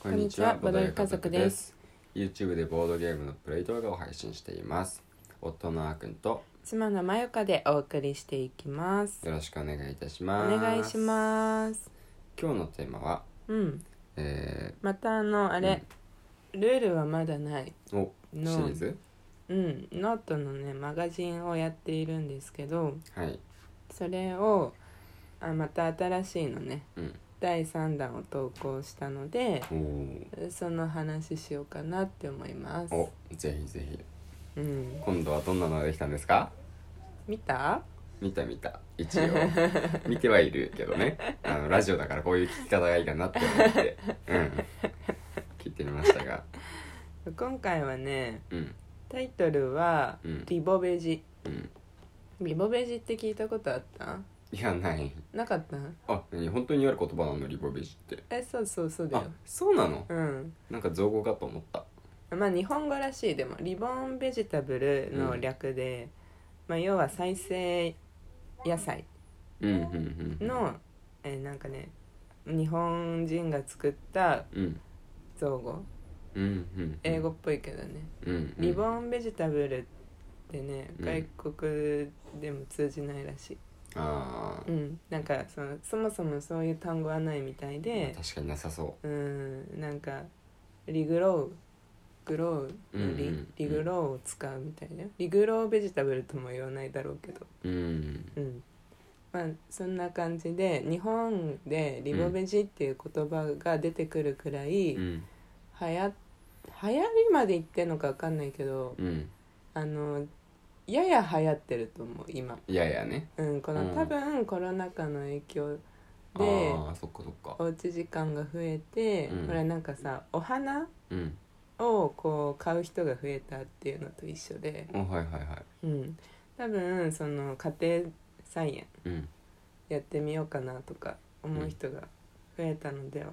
こんにちはボドゲ家族です YouTube でボードゲームのプレイ動画を配信しています夫のあーくんと妻のまゆかでお送りしていきますよろしくお願いいたしおます願いします今日のテーマはうんえまたあのあれ、ルールはまだないー、おシリのーズうんノートのねマガジンをやっているんですけどはいそれをあまた新しいのねうん第3弾を投稿したのでおーその話しようかなって思いますおぜひぜひうん今度はどんなのができたんですか見た見た見た一 応見てはいるけどねあのラジオだからこういう聞き方がいいかなって思ってうん聞いてみましたが今回はねうんタイトルはうん「リボベジ」うんリボベジって聞いたことあったいやないなかったあ何本当にある言葉なのリボベジってえそうそうそうだあよそうなのうんなんか造語かと思ったまあ日本語らしいでもリボンベジタブルの略で、まあ、要は再生野菜うんうんうんの、えーなんかね日本人が作ったうん造語うんうん英語っぽいけどね、うんうんリボンベジタブルってねうん外国でも通じないらしい、あうんなんかそのそもそもそういう単語はないみたいあで、確かになさそうんなんかリグロウグロウのリ,、うんうんリグロウを使うみたいなリグロウベジタブルとも言わないだろうけどううんうんまあそんな感じで日本でリボベジっていう言葉が出てくるくらい、う流ん行流行りまで言ってんのか分かんないけどうんあのやや流行ってると思う今、いやいやねうん、この、うん多分コロナ禍の影響あであそっかそっかおうち時間が増えて、うんほらなんかさお花うんをこう買う人が増えたっていうのと一緒で、おはいはいはいうん、多分その家庭菜園うんやってみようかなとか思う人が増えたのではっ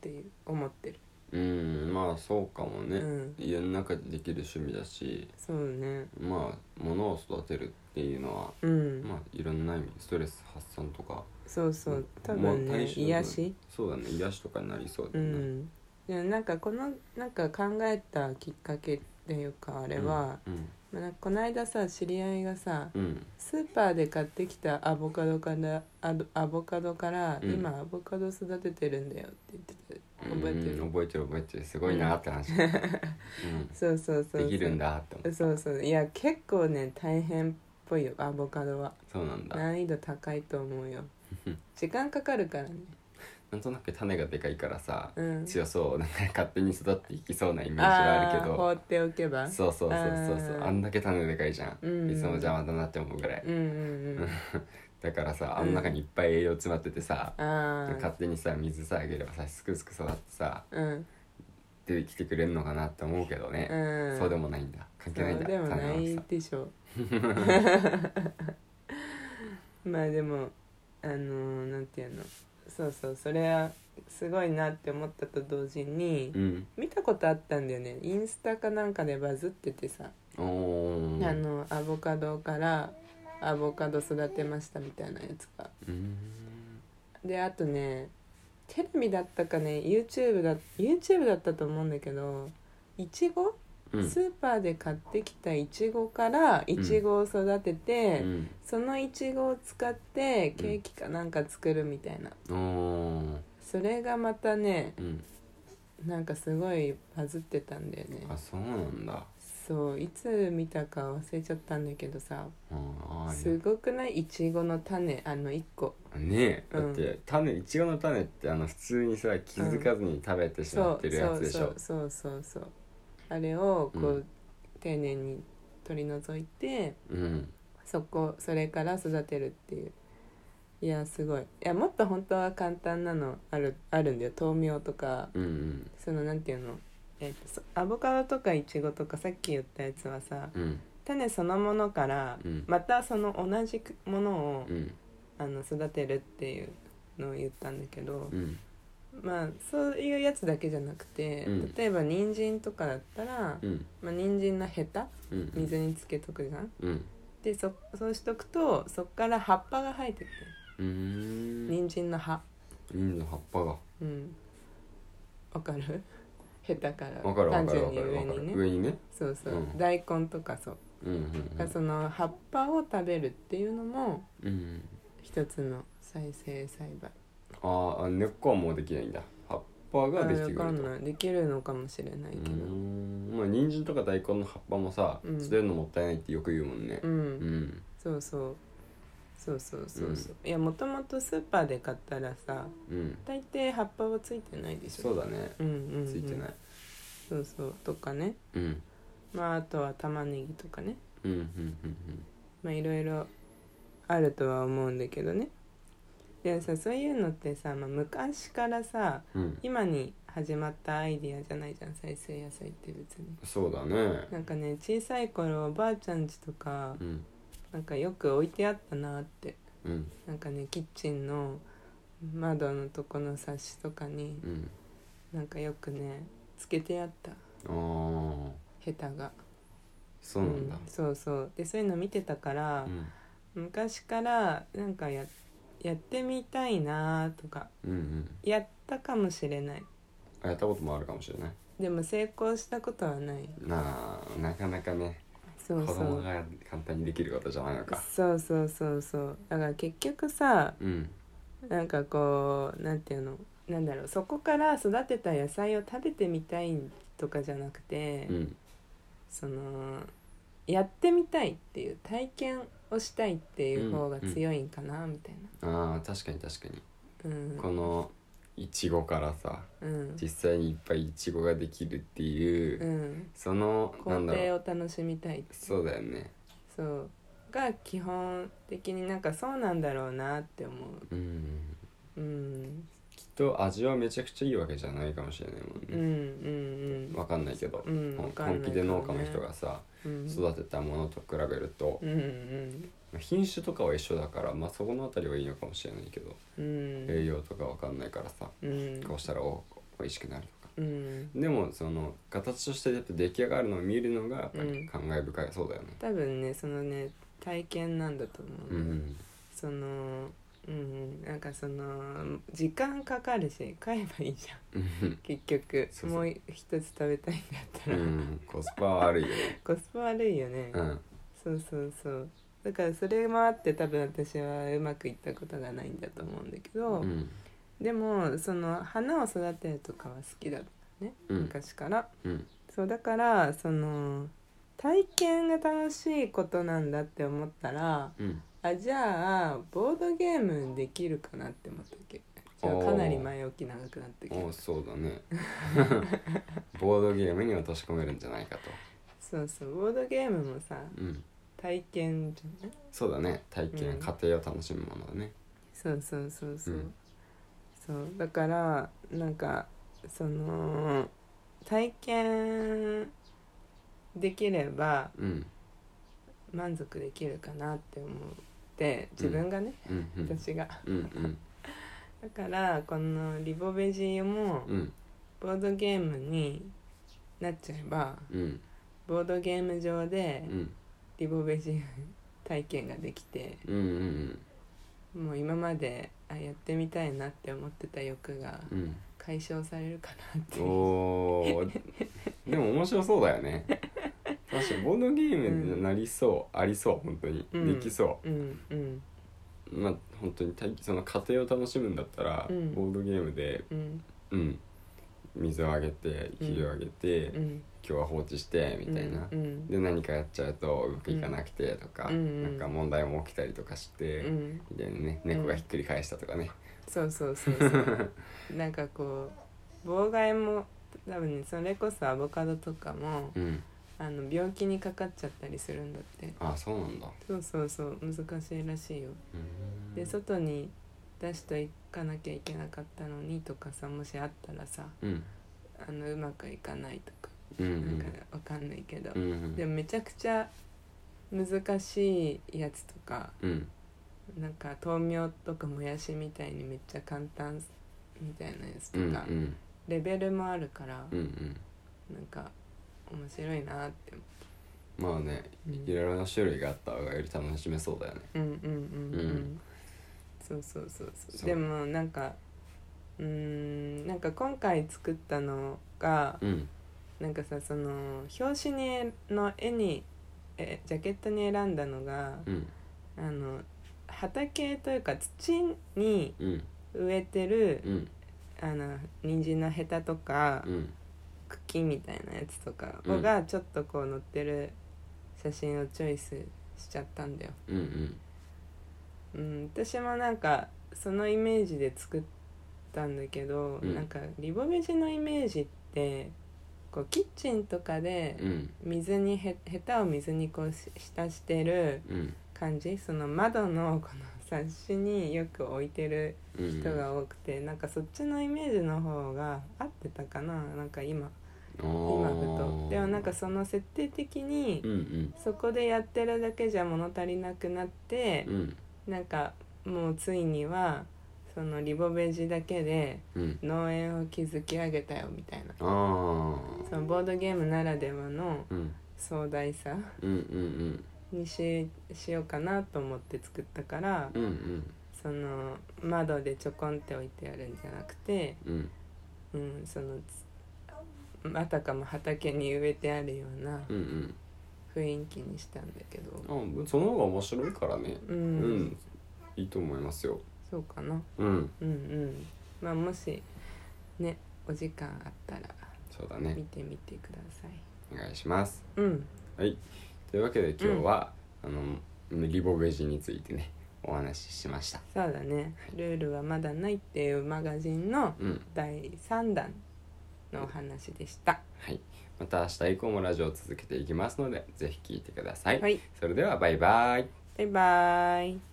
ていう思ってる、うんまあそうかもうねん、家の中でできる趣味だしそうねまあ物を育てるっていうのはうん、まあいろんな意味ストレス発散とかそうそう多まあ分ね対処癒しそうだね癒しとかになりそううだねんでなんかこのなんか考えたきっかけっていうかあれは、うんまあなんかこの間さ知り合いがさ、うんスーパーで買ってきたアボカドからアドアボカドから、うん今アボカド育ててるんだよって言ってた覚えてる、うん覚えてる覚えてるすごいなって話、う んそうそうそうそうできるんだって思うそうそういや結構ね大変っぽいよアボカドはそうなんだ難易度高いと思 うよ時間かかるからねなんとなく種がでかいからさ、うん強そうなんか勝手に育っていきそうなイメージはああるあけーど放っておけばそうそうそうそうそうあーあんだけ種でかいじゃん、うんうんいつも邪魔だなって思うぐらい、うんうん だからさあの中にいっぱい栄養詰まっててさ、うんあ勝あ手にさ水さあげればさすくすく育ってさうん出てきてくれるのかなって思うけどね、うんそうでもないんだ関係ないんだそうでもな種いはさでしょ まあでもあのーなんていうのそうそうそれはすごいなって思ったと同時にうん見たことあったんだよねインスタかなんかでバズっててさ、おおあのアボカドからアボカド育てましたみたいなやつがうんであとねテレビだったかね YouTube だ YouTube だったと思うんだけどいちごうんスーパーで買ってきたいちごからいちごを育てて、うんそのいちごを使ってケーキかなんか作るみたいな、おーそれがまたねうんなんかすごいバズってたんだよねあそうなんだそういつ見たか忘れちゃったんだけどさあーあすーごくないいちごの種あの1個ねえうだんって種いちごの種ってあの普通にさ気づかずに食べてしまそってうるやそつうでしそょうそうそうそうあれをこう、うん丁寧に取り除いてうんそこそれから育てるっていういやすごいいやもっと本当は簡単なのあるあるんだよ豆苗とかうんうんそのなんていうの、えっとそアボカドとかイチゴとかさっき言ったやつはさうん種そのものからうんまたその同じくものを、うんあの育てるっていうのを言ったんだけどう、んまあそういうやつだけじゃなくて、うん例えば人参とかだったら、うんまあ人参のヘタうん水につけとくじゃん。うんでそそうしとくとそっから葉っぱが生えてくるうーん人参の葉。うんの葉っぱがうんわ かる下手からわかるわ単かる純わかにる上わかにるね上にねそうそう、うん大根とかそう、うんうんだからその葉っぱを食べるっていうのもうんうん一つの再生栽培ああ根っこはもうできないんだ葉っぱができて分くかるんとないできるのかもしれないけうーどんまあ人参とか大根の葉っぱもさ、うん捨てるのもったいないってよく言うもんねうん、うんそうそうそうそうそうそう、いやもともとスーパーで買ったらさうん大抵葉っぱはついてないでしそょうだねうんうんうん、ついてないそうそうとかねうんまああとは玉ねぎとかねうんうんうんうんまあいろいろあるとは思うんだけどねでもさそういうのってさ、まあ、昔からさうん今に始まったアイディアじゃないじゃん再生野菜って別にそうだねなんかね小さい頃おばあちゃん家とかうんなんかよく置いてあったなってうんなんかねキッチンの窓のとこの冊子とかにうんなんかよくねつけてあったああヘタがそうなんだうんそうそうでそういうの見てたからう、ん昔からなんかややってみたいなとかうんうんやったかもしれないあやったこともあるかもしれないでも成功したことはないなあなかなかねそう子そ供うが簡単にできることじゃないのかそうそうそうそうだから結局さうんなんかこうなんていうのなんだろうそこから育てた野菜を食べてみたいとかじゃなくて、うんそのやってみたいっていう体験をしたいっていう方が強いんかな、みたいああ確かに確かになこのいちごからさうん実際にいっぱいいちごができるっていう、うんその工なんだろう程を楽しみたいそうだよねそうが基本的になんかそうなんだろうなって思うんう、うん、きっと味はめちゃくちゃいいわけじゃないかもしれないもんうんうんね、うんわかんないけど、うんほんわかんない本気で農家の人がさ、うん育てたものと比べるとう、ん品種とかは一緒だからまあそこの辺りはいいのかもしれないけど、うんうん栄養とかわかんないからさうんこうしたらお美味しくなるとかうんでもその形としてやっぱ出来上がるのを見るのがやっぱうんり感慨深い、そうだよね多分ねそのね体験なんだと思う、うんそのうんなんかその時間かかるし買えばいいじゃんうん結局そうそうもう一つ食べたいんだったうら、んコスパは悪いよね コスパ悪いよね、うんそうそうそうだからそれもあって多分私はうまくいったことがないんだと思うんだけど、うんでもその花を育てるとかは好きだったね、うん昔からうんそうだからその体験が楽しいことなんだって思ったらうんあじゃあボードゲームできるかなって思ったっけちょっとかなり前置き長くなってきたおうそうだね ボードゲームに落とし込めるんじゃないかとそうそうボードゲームもさうん体験じゃないそうだね体験、うん家庭を楽しむものだねそうそうそうそう、うんそうだからなんかその体験できればうん満足できるかなって思って自分がね、うんうん私がうんうんだからこのリボベジもうんボードゲームになっちゃえばうんボードゲーム上でうんリボベジ体験ができてうんうんもう今まであやってみたいなって思ってた欲がうん解消されるかなってうんいうおーでも面白そうだよね確かにボードゲームになりそう、ありそう本当に、うんできそうんうんうまあ本当に体その家庭を楽しむんだったら、うんボードゲームでうんうん水をあげて肥料をあげて、う今ん日は放置してみたいな、うんで何かやっちゃうとうまくいかなくてとか、うんうんなんか問題も起きたりとかして、うんみたいなね猫がひっくり返したとかね、そうそうそうそうなんかこう妨害も多分ねそれこそアボカドとかもうんあの病気にかかっちゃったりするんだってあそうなんだそうそうそう難しいらしいようんで外に出しといかなきゃいけなかったのにとかさもしあったらさうんあのうまくいかないとかうんうなんかんわかんないけどうんうんでもめちゃくちゃ難しいやつとかうんなんか豆苗とかもやしみたいにめっちゃ簡単みたいなやつとうんうんか、レベルもあるから、うんうんなんか面白いなってまあねうんいろいろな種類があった方がより楽しめそうだよねうんうんうんうん、うんそうそうそうそうそうでもなんかうーんなんか今回作ったのがうんなんかさその表紙にの絵にえジャケットに選んだのが、うんあの畑というか土にうん植えてるうんあの人参のヘタとかうん茎みたいなやつとかうんがちょっとこう載ってる写真をチョイスしちゃったんだよ。うんうんうん、私もなんかそのイメージで作ったんだけど、うんなんかリボベジのイメージってこうキッチンとかでうん水にへヘタを水にこうし浸してるうん感じその窓のこの冊子によく置いてるうん人が多くて、なんかそっちのイメージの方が合ってたかななんか今今ふとでもなんかその設定的に、うんうんそこでやってるだけじゃ物足りなくなってう、んなんかもうついにはそのリボベジだけでうん農園を築き上げたよみたいなああそのボードゲームならではのうん壮大さうんうんにししようかなと思って作ったからうんうんうんその窓でちょこんって置いてあるんじゃなくて、うんうん、そのつあたかも畑に植えてあるようなうんうん雰囲気にしたんだけど、あその方が面白いからねうんうん、いいと思いますよそうかなうんうんうんまあもしねお時間あったらそうだ見ねてみてください、お願いしますうんはいというわけで今日は、あのリボベジについてねお話ししましたそうだね「ルールはまだない」っていうマガジンのうん第3弾のお話でしたはいまた明日以降もラジオを続けていきますのでぜひ聞いてください、はいそれではバイバイバイバーイ